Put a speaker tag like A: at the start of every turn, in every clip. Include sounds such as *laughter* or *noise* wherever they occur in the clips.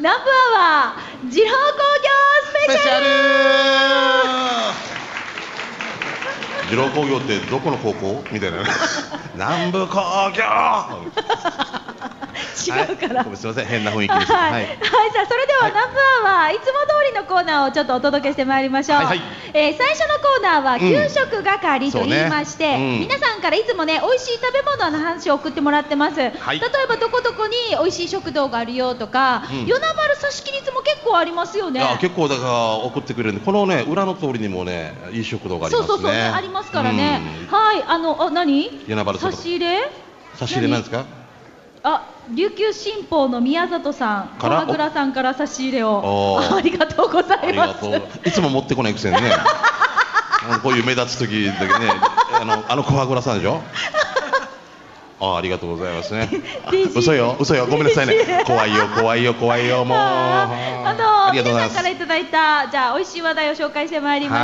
A: ナンプアワー二郎工業スペシャル
B: 二郎工業ってどこの高校み
A: *laughs*
B: たいなね南部工業
A: 違うから、
B: はいごめんすいません変な雰囲気です
A: はい、
B: は
A: はい
B: い
A: さあそれでは、
B: はい
A: ナンプアワーいつも通りのコーナーをちょっとお届けしてまいりましょう、
B: はいはい
A: えー最初のコーナーは、
B: ん
A: 給食係と
B: そうね
A: 言いまして、
B: うん
A: 皆さんからいつもね美味しい食べ物の話を送ってもらってます、
B: い
A: 例えばどこどこに美味しい食堂があるよとか、
B: うん
A: 与那原差し切りつも結構ありますよ
B: い
A: ね
B: や結構だから送ってくれるんでこのね裏の通りにもねいい食堂があり
A: そ
B: ます
A: う
B: ね
A: そうそう、ね、ありますからね
B: うん。
A: はい、あの、あ、何。
B: 柳原さん
A: 差
B: とか
A: し入れ。
B: 差し入れなんですか
A: あ、琉球新報の宮里さん、
B: から
A: 川倉さんから差し入れを
B: お。
A: *laughs*
B: ー
A: ありがとうござ
B: あ
A: い
B: りが
A: ます
B: と。ういつも持ってこないくせにねあのこういう目立つ時だけねあのあの小羽倉さんでしょあありがとうございますね
A: DG
B: 嘘よ嘘よごめんなさいね怖いよ怖いよ怖いよもう
A: ああの
B: ありがとうござ
A: 皆さ
B: いま
A: ん
B: す
A: からいただいたじゃあ美味しい話題を紹介してまいりまし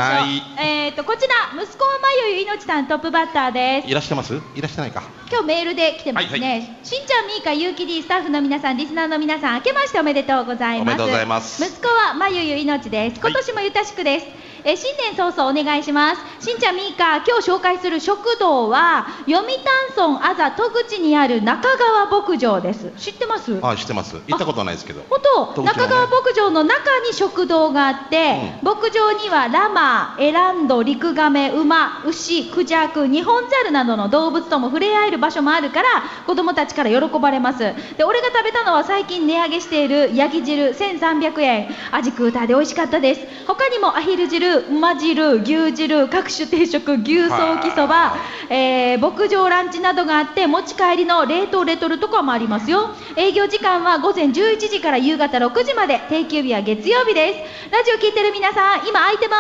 A: ょう。えっ、とこちら息子はまゆゆいのちさんトップバッターです。
B: いらしてますいらしてないか
A: 今日メールで来てますね、
B: はいは
A: しんちゃんみーかゆうき D スタッフの皆さんリスナーの皆さん明けましておめでとうございます
B: おめでとうございます
A: 息子はまゆゆいのちです
B: は
A: 今
B: い
A: 年もゆたしくです、えー新年早々お願いしますしんちゃんみーか今日紹介する食堂は読谷村あざ戸口にある中川牧場です知ってます
B: あ知ってます行ったことないですけど
A: 本当、
B: 戸口のね
A: 中川牧場の中に食堂があって、牧場にはラマエランドリクガメ馬牛クジャクニホンザルなどの動物とも触れ合える場所もあるから子供たちから喜ばれますで俺が食べたのは最近値上げしているヤギ汁1300円味クーターで美味しかったです他にもアヒル汁馬汁牛汁各種定食牛ソーキそば
B: はい
A: えー牧場ランチなどがあって持ち帰りの冷凍レトルトコもありますよ営業時間は午前11時から夕方6時まで定休日は月曜日ですラジオ聞いてる皆さん今空いてま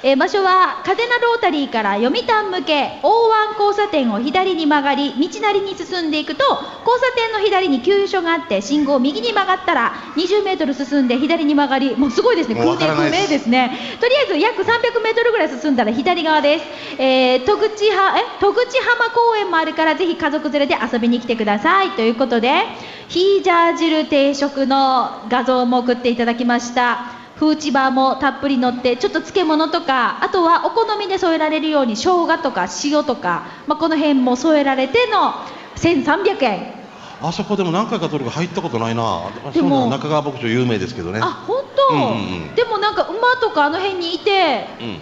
A: す、えー場所は嘉手納ロータリーから読谷向け大湾交差点を左に曲がり道なりに進んでいくと交差点の左に急所があって信号を右に曲がったら20メートル進んで左に曲がりもうすごいですね
B: もうわ
A: 空
B: か
A: 挺不
B: らない
A: 明
B: です
A: ですですね。とりあえず約300メートルぐらい進んだら左側です。えー、戸口はえ戸口浜公園もあるからぜひ家族連れで遊びに来てくださいということで、ヒージャー汁定食の画像も送っていただきました。フーチバーもたっぷり乗ってちょっと漬物とかあとはお好みで添えられるように生姜とか塩とか、まあ、この辺も添えられての1300円
B: あそこでも何回かとるか入ったことないな
A: でも
B: そうなの中川牧場有名ですけどね
A: あ本当、
B: うんうんうん
A: でもなんか馬とかあの辺にいて
B: うん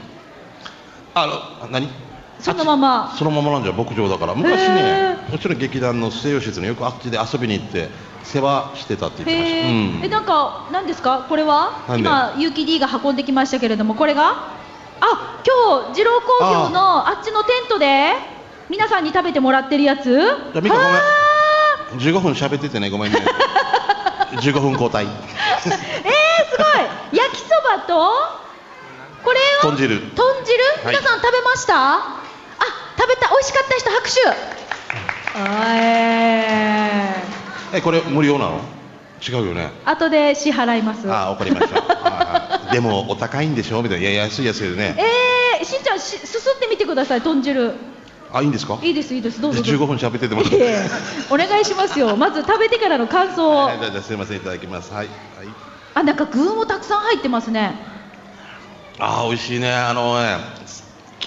B: あの何
A: そのまま
B: あっちそのままなんじゃ牧場だから昔ね
A: へ
B: うちの劇団の西洋施設のよくあっちで遊びに行って世話してたって言って
A: へー
B: ま
A: え
B: した、
A: なんか何ですかこれは
B: なんで
A: 今結城 D が運んできましたけれどもこれがあ今日二郎工業のあっちのテントで皆さんに食べてもらってるやつ
B: ゃあミカごめん
A: あー
B: うん、15分喋っててね
A: *laughs*
B: ごめんね15分交代
A: えー、すごい焼きそばとこれは
B: 豚汁
A: 豚汁
B: はい
A: 皆さん食べました、あ食べた美味しかった人拍手あえ
B: えこれ無料なの違うよね
A: ー後で支払います
B: ああわかりましたああでもお高いんでしょみたいないや安い安いでね
A: えー、しんちゃんしすすってみてください豚汁
B: あいいんですか
A: いいですいいですどうぞど
B: じゃ
A: う
B: あ
A: ぞ
B: 15分喋っててもらっ
A: い
B: て
A: えいえお願いしますよまず食べてからの感想を
B: はいじゃあじゃあすいませんいただきますはい、はい
A: あなんか具もたくさん入ってますね
B: ああ美味しいねあのね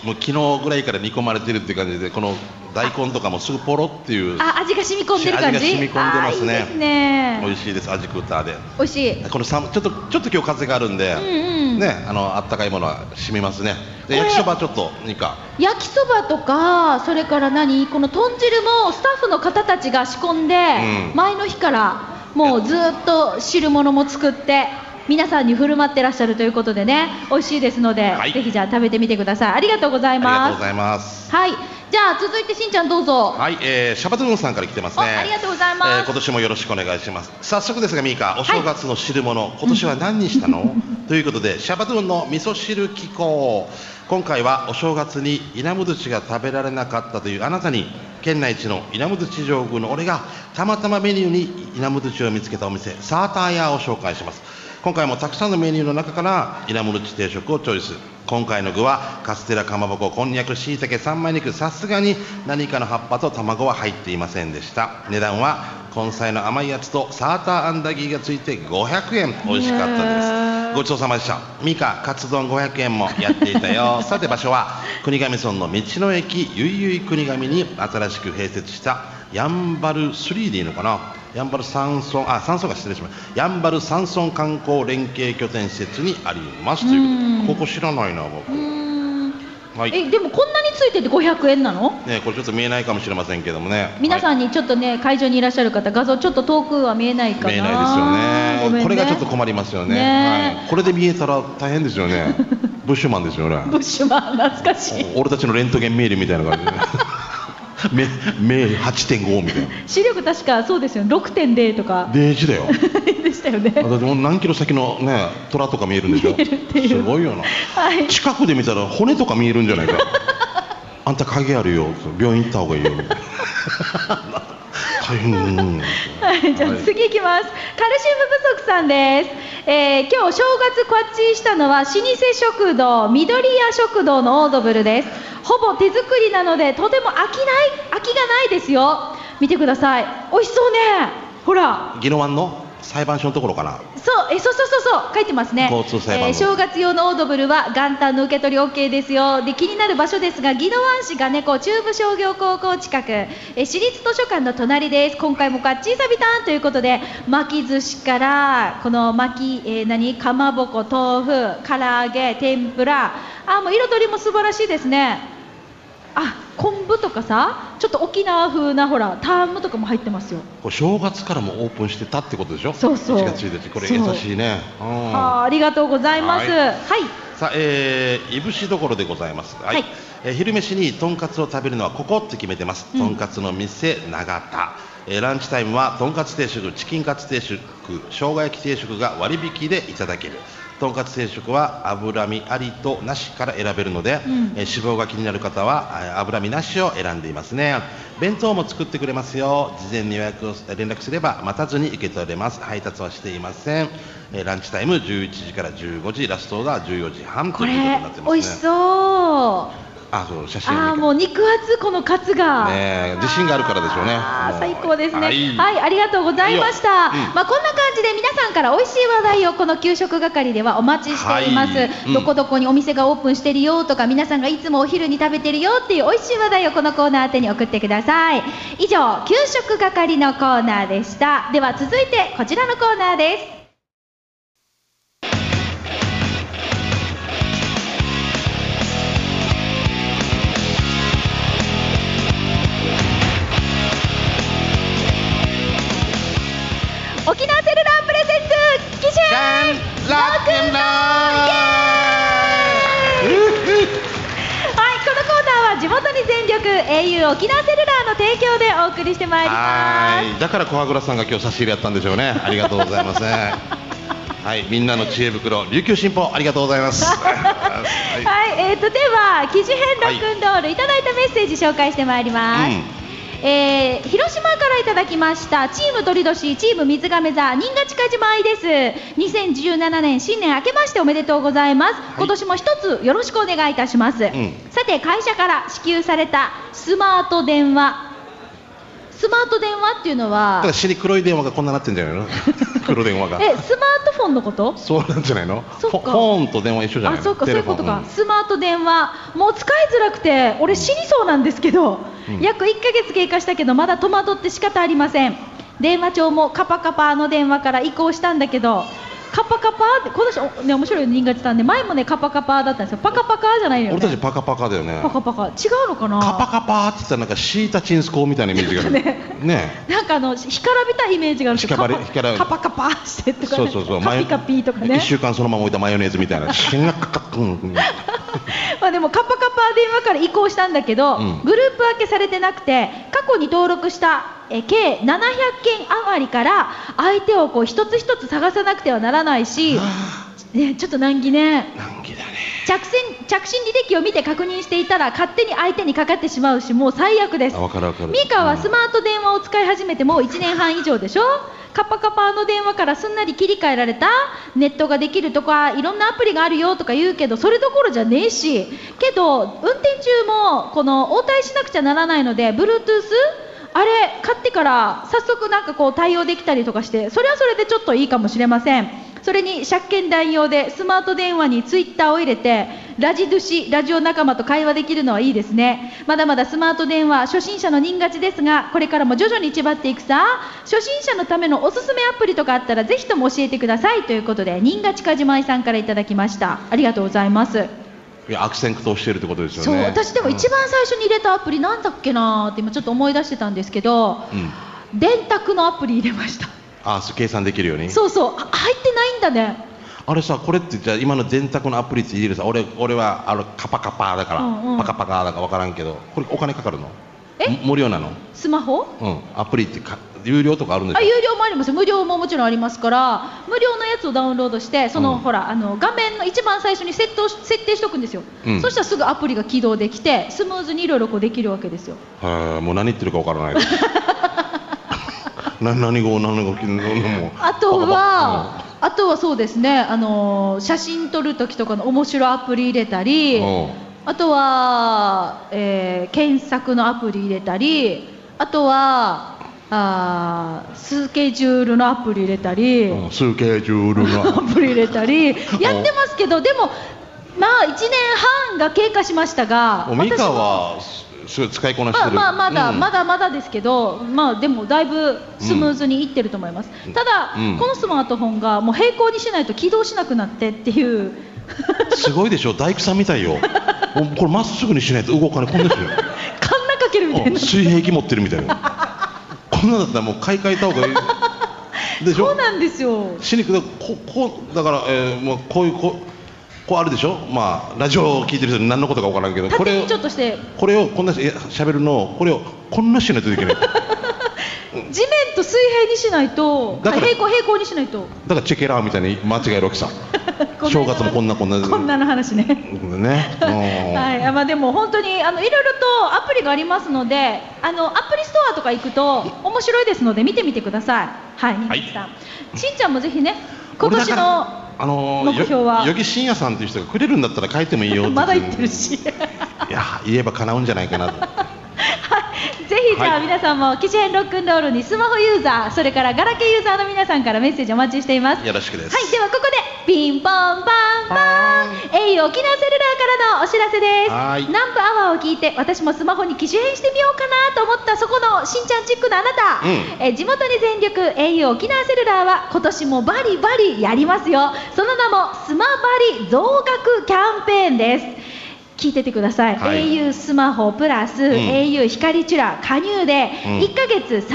B: もう昨日ぐらいから煮込まれてるっていう感じでこの大根とかもすぐポロっていう
A: あ味が染み込んでる感じ
B: 味が染み込んでますね
A: あーいいですね
B: 美味しいです味クーターで
A: 美味しい
B: この寒ちょっとちょっと今日風があるんで、
A: んうん
B: ねあのあったかいものは染みますね
A: これ
B: で焼きそばちょっといいか
A: 焼きそばとかそれから何この豚汁もスタッフの方たちが仕込んで、
B: うん
A: 前の日からもうずっと汁物も作って皆さんに振る舞ってらっしゃるということでね美味しいですので、
B: はい
A: ぜひじゃあ食べてみてくださいありがとうござ
B: あ
A: い
B: りが
A: ま
B: とうご
A: す
B: ざいます
A: はいじゃあ続いてしんちゃんどうぞ
B: はい、えー、シャバドゥンさんから来てますね
A: あありがとうございます *laughs*
B: 今年もよろしくお願いします早速ですがミーカお正月の汁物、今年は何にしたのということでシャバドゥンの味噌汁機構今回はお正月にイナムズチが食べられなかったというあなたに県内一のイナムズチ上宮の俺がたまたまメニューにイナムズチを見つけたお店サーターヤーを紹介します今回もたくさんのメニューの中からイナムズチ定食をチョイス今回の具はカステラかまぼここんにゃくしいたけ三枚肉さすがに何かの葉っぱと卵は入っていませんでした値段は根菜の甘いやつとサーターアンダギーがついて500円美味しかったですごちそうさまでしたミカカツ丼500円もやってい
A: *laughs*
B: たよさて場所は国頭村の道の駅ゆいゆい国頭に新しく併設したやんばる3でいいのかなやんばる山村あ山村が失礼しましたやんばる山村観光連携拠点施設にありますということでここ知らないな僕
A: うーん
B: はい
A: えでもこんなについてて500円なの
B: ねこれちょっと見えないかもしれませんけどもね
A: 皆さんにちょっとね会場にいらっしゃる方画像ちょっと遠くは見えないかな
B: 見えないですよね
A: ごめんね
B: これがちょっと困りますよね
A: ね
B: はい、これで見えたら大変ですよ
A: *laughs*
B: ねブッシュマンですよね
A: ブッシュマン懐かしい
B: *laughs* 俺たちのレントゲンメールみたいな感じで、ね、 *laughs* 目目8.5みたいな
A: 視力確かそうですよね6.0とか *laughs*
B: デージだよ
A: でしたよね
B: だってもう何キロ先のね虎とか見えるんでしょ
A: 見えるっていう
B: すごいよな
A: はい
B: 近くで見たら骨とか見えるんじゃ
A: *laughs*
B: ないかあんた影あるよ病院行った方がいいよ大変うん
A: はい、じゃあ
B: はい
A: 次いきます、カルシウム不足さんです、えー、今日正月こっちしたのは老舗食堂緑屋食堂のオードブルですほぼ手作りなのでとても飽きない飽きがないですよ見てください美味しそうねほら
B: 宜野湾の裁判所のところかな
A: そうえそうそうそうそう書いてますね、え
B: 交通裁判
A: ー正月用のオードブルは元旦の受け取り OK ですよで気になる場所ですが宜野湾市が猫中部商業高校近く、えー市立図書館の隣です今回もガッチーサビタンということで巻き寿司からこの巻き、えー何かまぼこ豆腐唐揚げ天ぷらあーもう彩りも素晴らしいですねあ昆布とかさちょっと沖縄風なほらタームとかも入ってますよ
B: これ正月からもうオープンしてたってことでしょ
A: そうそう
B: 1月1日これ優しいねうん
A: あーありがとうございます
B: はい
A: はい
B: さあ、えー、いぶしどころでございます。はい。
A: はい
B: えー昼飯にとんかつを食べるのはここって決めてます。
A: うん
B: とんかつの店長田。えーランチタイムはとんかつ定食、チキンカツ定食、生姜焼き定食が割引でいただける。とんかつ定食は脂身ありとなしから選べるので、
A: うん
B: えー脂肪が気になる方はえー脂身なしを選んでいますね弁当も作ってくれますよ事前に予約をえー連絡すれば待たずに受け取れます配達はしていません、えーランチタイム11時から15時ラストが14時半
A: ことれ
B: いうことになってますね
A: 美味しそうあ
B: あそう写真
A: あーもう肉厚このカツが
B: ねえ自信があるからでしょうね
A: あ
B: も
A: ー
B: う
A: 最高ですねは、
B: はいい
A: ありがとうございました
B: いいようん
A: まあこんな感じで皆さんから美味しい話題をこの給食係ではお待ちしています、
B: はいうん
A: どこどこにお店がオープンしてるよとか皆さんがいつもお昼に食べてるよっていう美味しい話題をこのコーナー宛てに送ってください以上給食係のコーナーでしたでは続いてこちらのコーナーです沖縄セルラープレゼンツ機種
B: ランラックンロールうっうっ
A: はい、このコーナーは地元に全力 au 沖縄セルラーの提供でお送りしてまいり
B: は
A: ま
B: いだから小羽倉さんが今日差し入れやったんでしょうねありがとうございます *laughs* はいみんなの知恵袋琉球新報ありがとうござ
A: *laughs*
B: います
A: す。
B: は
A: はい、えーとでは記事編ロックンロール、い、ただいたメッセージ紹介してまいります。
B: うん
A: えー広島からいただきましたチーム鳥年チーム水亀座新賀近島愛です2017年新年明けましておめでとうございます、今年も一つよろしくお願いいたします、
B: ん
A: さて会社から支給されたスマート電話スマート電話っていうのは
B: ただ死に黒い電話がこんななってんじゃないの *laughs* 黒電話が
A: えスマートフォンのこと
B: そうなんじゃないの
A: そっか
B: フォフォーンと電話一緒じゃない
A: あ
B: の
A: そうかそう
B: テ
A: いう
B: レフォ
A: こ
B: ン
A: とか、
B: うん
A: スマート電話もう使いづらくて俺死にそうなんですけど、
B: うん
A: 約1ヶ月経過したけどまだ戸惑って仕方ありません電話帳もカパカパの電話から移行したんだけどカパカパって今年おね面白い人が言ってたんで前もねカパカパだったんですよパカパカじゃないのよ、ね、
B: 俺たちパカパカだよね
A: パカパカ違うのかな
B: カパカパーって言ったらなんかシータチンスコーみたいなイメージがあるね
A: なんかあの干からびたイメージがあるんですよ
B: 干からび
A: カパ
B: 干
A: カ
B: から
A: パカパしてとか、
B: そうそうそう
A: カピカピとかね
B: 1週間そのまま置いたマヨネーズみたいなシンガカカッう
A: *laughs*
B: ん
A: まあでもカパカパ電話から移行したんだけど、
B: うん
A: グループ分けされてなくて過去に登録したえ計700件余りから相手をこう一つ一つ探さなくてはならないしね、ちょっと難儀ね
B: 難儀だね
A: 着信着信履歴を見て確認していたら勝手に相手にかかってしまうしもう最悪です
B: あ分かる分かる
A: ミカはスマート電話を使い始めてもう1年半以上でしょカッパカパの電話からすんなり切り替えられたネットができるとかいろんなアプリがあるよとか言うけどそれどころじゃねえしけど運転中もこの応対しなくちゃならないので Bluetooth あれ買ってから早速なんかこう対応できたりとかしてそれはそれでちょっといいかもしれませんそれに借金代用でスマート電話にツイッターを入れてラジドゥシラジオ仲間と会話できるのはいいですねまだまだスマート電話初心者の人勝ちですがこれからも徐々にちばっていくさ初心者のためのおすすめアプリとかあったらぜひとも教えてくださいということで人勝ちかじまいさんからいただきましたありがとうございます
B: いや悪戦苦闘してるってことですよね
A: そう私でも一、番最初に入れたアプリなんだっけなーって今ちょっと思い出してたんですけど
B: うんうん
A: 電卓のアプリ入れました
B: あそう計算できるように
A: そうそうあ入ってないんだね
B: あれさこれってじゃあ今の電卓のアプリって入れるさ俺俺はあのカパカパだから、
A: うんうん
B: パカパカだから分からんけどこれお金かかるの
A: え
B: ん無料なの
A: スマホ
B: うんアプリってか有料とかあるんで
A: あ
B: しょ
A: 有料もありますよ無料ももちろんありますから無料のやつをダウンロードしてその、
B: うん
A: ほらあの画面の一番最初に設定設定しておくんですよ、
B: うん
A: そしたらすぐアプリが起動できてスムーズにいろいろこうできるわけですよ
B: へえもう何言ってるか分からない
A: *laughs*
B: な何語何語もう
A: あと
B: うん
A: はあとはそうですねあのー写真撮る時とかの面白アプリ入れたり
B: うん
A: あとは、えー検索のアプリ入れたりあとはあースケジュールのアプリ入れたり、
B: うんスケジュール
A: ア *laughs*
B: が
A: プリ入れたり
B: *laughs*
A: やってますけどでもまあ1年半が経過しましたが
B: おミカはすすごい使いこなし
A: ま
B: て
A: あ
B: る、
A: まあまだ、
B: うん
A: まだまだですけど、まあ、でもだいぶスムーズにいってると思います、
B: うん
A: ただ、
B: うん
A: このスマートフォンがもう平行にしないと起動しなくなってって
B: *laughs*
A: いう
B: すごいでしょ大工さんみたいよおこれまっすぐにしないと動かないこんで
A: カ
B: すよ
A: ンナかけるみ *laughs* たい
B: うん
A: な
B: 水平器持ってるみたいなこんなだったらもう買い替えた方がいいでし
A: そ
B: ょ
A: うなんですよ
B: 死にくだここうだから、えー、もうこういうこうこうあるでしょまあラジオを聞いてる人に何のことか分からんけどこ
A: 縦
B: れを
A: にちょっとして
B: これをこんなしえ喋るのをこれをこんなしないといけないだか
A: 地面と水平にしないと
B: だから
A: 平行平行にしないと
B: らチェケラーみたいに間違えるわけさ
A: ごめ
B: 正月もこんなこんな
A: こんなの話ね
B: ね、うん
A: はい、あまあでも本当にあのいろいろとアプリがありますので、あのアプリストアとか行くと面白いですので見てみてください。はい、人気さん、しんちゃんもぜひね、今
B: 俺だ
A: 年
B: から
A: の
B: あの
A: 目標は
B: よよぎしんやさんという人がくれるんだったら書いてもいいよって
A: *laughs* まだ言ってるし、ぜ *laughs*
B: いや言えば叶うんじゃないかなと
A: ひじゃ
B: は
A: あ
B: い
A: 皆さんも機種変ロックンロールにスマホユーザー、それからガラケーユーザーの皆さんからメッセージお待ちしています。
B: よろしくです
A: はい、ではここでピンポンパンパン、栄誉沖縄セルラーからのお知らせです。
B: はい
A: 南部アワーを聞いて私もスマホに機種変してみようかなと思ったそこのしんちゃんチックのあなた、
B: う
A: えー地元に全力 au 沖縄セルラーは今年もバリバリやりますよその名もスマバリ増額キャンペーンです聞いててください、
B: はい
A: au スマホプラス、
B: ん
A: au 光チュラ加入で
B: うん
A: 1ヶ月3000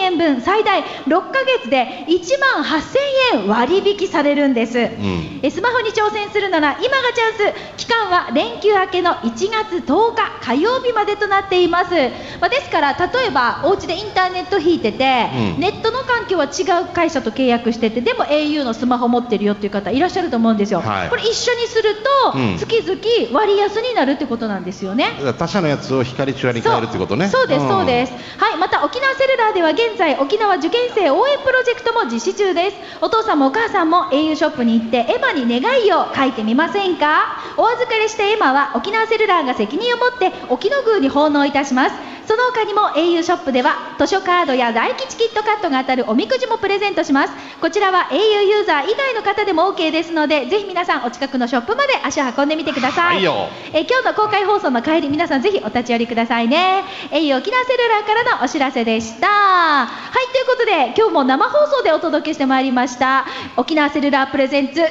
A: 円分最大6ヶ月で1万8000円割引されるんです、
B: ん
A: えスマホに挑戦するなら今がチャンス期間は連休明けの1月10日火曜日までとなっています、まあ、ですから例えばお家でインターネット引いてて、
B: うん
A: ネットの環境は違う会社と契約しててでも au のスマホ持ってるよっていう方いらっしゃると思うんですよ、
B: はい
A: これ一緒にすると、
B: うん
A: 月々割安になるってことなんですよね
B: だから他社のやつを光チュアに変えるってことね
A: そうそうです、
B: ん
A: そうです。はい、また沖縄セルラーでは現在沖縄受験生応援プロジェクトも実施中です。お父さんもお母さんも au ショップに行ってエマに願いを書いてみませんか。お預かりしたエマは沖縄セルラーが責任を持って沖の宮に奉納いたします。その他にも au ショップでは図書カードや大吉キットカットが当たるおみくじもプレゼントします。こちらは au ユーザー以外の方でも OK ですので、ぜひ皆さんお近くのショップまで足を運んでみてください。
B: はいよ
A: えー今日の公開放送の帰り皆さんぜひお立ち寄りくださいねえー沖縄セルラーからのお知らせでしたはいということで今日も生放送でお届けしてまいりました沖縄セルラープレゼンツ機種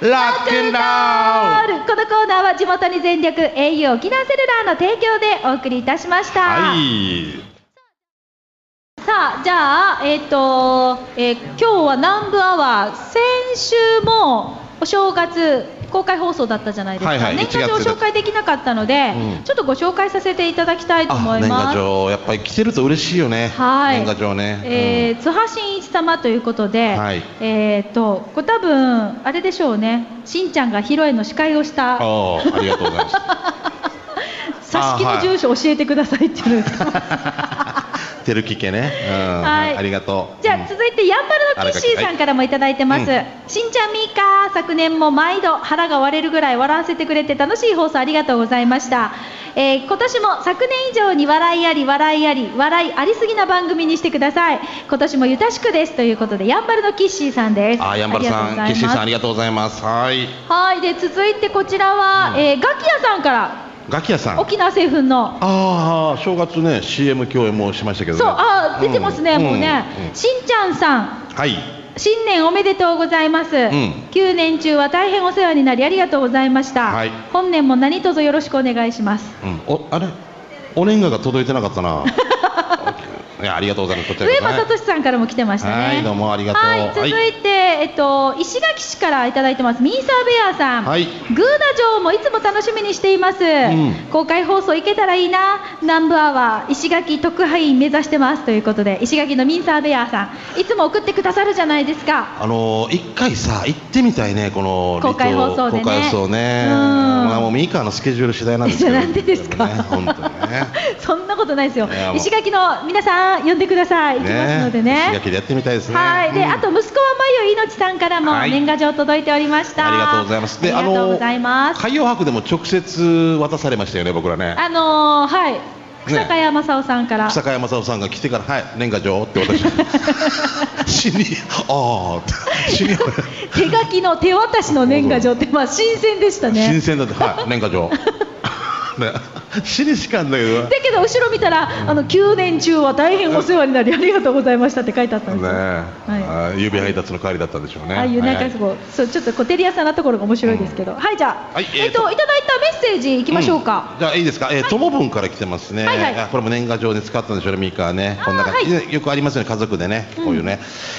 A: 編
B: ラックンロール
A: ルこのコーナーは地元に全力 au 沖縄セルラーの提供でお送りいたしました、
B: はい
A: さあじゃあえっ、と、えー今日は南部アワー先週もお正月公開放送だったじゃないですか、
B: はいはい
A: 年賀状を
B: 1月
A: 紹介できなかったので、
B: うん
A: ちょっとご紹介させていただきたいと思
B: あ
A: い
B: 年
A: ま
B: 賀
A: す。
B: 状やっぱり来てると嬉しいよね、
A: はい、
B: 年賀状ね、
A: えー津波真一様ということで、
B: はい
A: えっ、と、これ多分あれでしょうね。しんちゃんが披露宴の司会をし
B: うん
A: た
B: おーありがとうご
A: *laughs*
B: ざいます
A: 挿し木
B: あ
A: の
B: はい
A: 住所教えてくださいっていうのですか。
B: てるきけね、うん
A: はい
B: ありがとう
A: じゃ
B: うん
A: あ続いてヤンバルのキッシーさんからもいただいてます、
B: はい
A: しんちゃんみーかー昨年も毎度腹が割れるぐらい笑わせてくれて楽しい放送ありがとうございました、えー今年も昨年以上に笑いあり笑いあり笑いありすぎな番組にしてください今年もゆたしくですということでヤンバルのキッシーさんです
B: あヤンバルさん
A: ありがとうございます
B: 岸井さんありがとうございますはい
A: はいで続いてこちらは、
B: うん
A: えーガキヤさんから
B: ガキヤさん
A: 沖縄製粉の
B: ああ正月ね CM 共演もしましたけど、ね、
A: そうあー出てますね、
B: ん
A: もうね、
B: んうん
A: しんちゃんさん
B: はい
A: 新年おめでとうございます、
B: ん
A: 9年中は大変お世話になりありがとうございました、
B: はい
A: 本年も何卒よろしくお願いします
B: うん、おあれお年賀が届いてなかっ
A: *laughs*
B: たないやありがとうございますこちら
A: 上
B: こそ
A: 間聡さんからも来てましたね
B: はいどうもありがとう
A: はい続いて、えっと、石垣市からいただいてますミーサーベアさん、
B: はい
A: グーダ城もいつも楽しみにしています、
B: ん
A: 公開放送行けたらいいな南部アワー石垣特派員目指してますということで石垣のミーサーベアさんいつも送ってくださるじゃないですか
B: あのー一回さ行ってみたいねこの
A: 公開放送でね
B: 公開放送ね
A: うん
B: まあもうミカのスケジュール次第なんですけど
A: いやなんでですか
B: ね本当にね
A: そんなことないですよ
B: いやも。う
A: 石垣の皆さん呼んでください。 *laughs* 行きますのでね。
B: 石垣でやってみたいですね
A: はい。で、
B: うん
A: あと息子はまゆいのちさんからも
B: はい
A: 年賀状届いておりました。
B: ありがとうございます
A: ありがとうございます。
B: 海洋博でも直接渡されましたよね僕らね
A: あのーはい。草加山正夫さんから。
B: 草加山雅夫さんが来てから「はい年賀状」って
A: *laughs*
B: 私死にああ死に
A: 手書きの手渡しの年賀状ってまあ新鮮でした
B: 新
A: ね。
B: 鮮だって「はい年
A: *laughs*
B: 賀状」ね死にしかんだけど
A: だけど後ろ見たら、あの9年中は大変お世話になりありがとうございましたって書いてあったんですよ。
B: ねえ、指配達の代わりだったんでしょうね。
A: ああいうなんかす
B: は
A: ごい、そうちょっと小照屋さんなところが面白いですけど、はいじゃあ、
B: はい
A: えっ、
B: えー
A: と
B: と
A: いただいたメッセージいきましょうか、
B: んじゃあいいですか。えー、ともぶんから来てますね。
A: はいはい
B: あこれも年賀状で使ったんでしょうね、ミカね。
A: あー
B: こんな感じ、ねよくありますよね、家族でね、こういうね。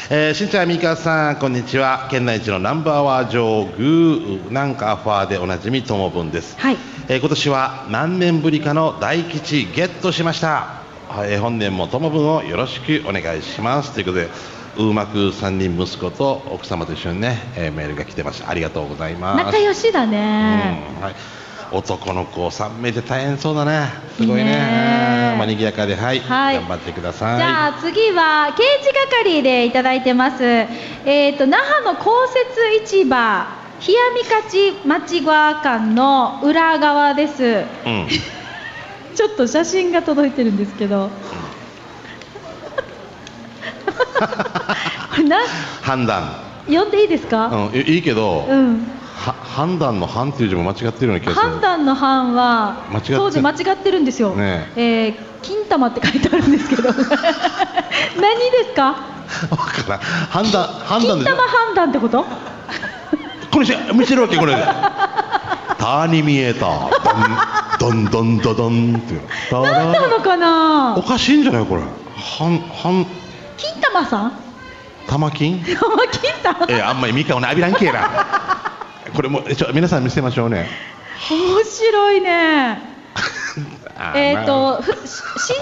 B: えー、しんちゃん、ミカさん、こんにちは。県内一のナンバーワー上グーなんかアファーでおなじみともぶんです。
A: はい
B: えー今年は何年ぶりかの大吉ゲットしました、はいえー本年もともぶんをよろしくお願いしますということでうまく3人息子と奥様と一緒にね、えーメールが来てましたありがとうございます
A: 仲良しだね、
B: うんはい、男の子3名で大変そうだねすごいね
A: いいね
B: うんまあ賑やかではい、
A: はい
B: 頑張ってください
A: じゃあ次は刑事係でいただいてますえっ、と那覇の公設市場冷やみかち町側間の裏側です
B: うん
A: ちょっと写真が届いてるんですけどこれな
B: 判断、
A: 呼んでいいですか、
B: うん、いいいけど、
A: うん
B: は判断の判っていう字も間違ってるような気がする
A: 判断の判は
B: 間違って
A: 当時間違ってるんですよ、
B: ね
A: えー金玉って書いてあるんです
B: *laughs*
A: けど何ですか
B: わからん判断判断
A: 金
B: でしょ
A: 玉判断ってこと
B: これし見せるわけこれたに見えたどんどんどんどんっていうた
A: 何なのか
B: お
A: な
B: かしいんじゃないこれはんはん
A: 金玉さん *laughs*
B: 玉金
A: 金玉
B: えーあんまりみかんを浴びらんけえなこれもちょ皆さん見せましょうね
A: 面白いね
B: あー
A: えっ、
B: まあ
A: とふ診断する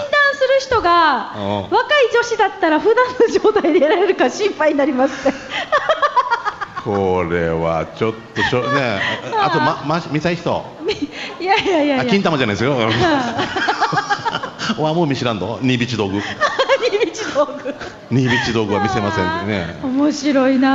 A: 人が
B: うん
A: 若い女子だったら普段の状態でやられるか心配になりますって *laughs*
B: これはちょっとしょねあとまま見たい人
A: いやいやいや
B: あ
A: いや
B: 金玉じゃないですよ *laughs* はもう見知らんどにびち道具
A: 何日道具
B: にびち道具は見せませんでね
A: あー面白いなー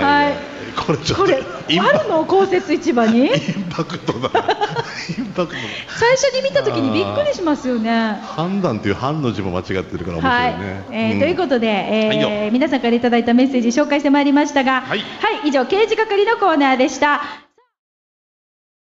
B: は
A: はいい
B: これちょっ
A: ことれ
B: イン
A: あ
B: パ
A: るの公設市場
B: *laughs*
A: に
B: インパクトだ *laughs* インパクト
A: 最初に見た時にびっくりしますよね
B: 判断という判の字も間違ってるから面
A: はい
B: 白いね、、
A: えーということとで、えー
B: はい
A: 皆さんからいただいたメッセージ紹介してまいりましたが、
B: はい
A: 以上刑事係のコーナーでした。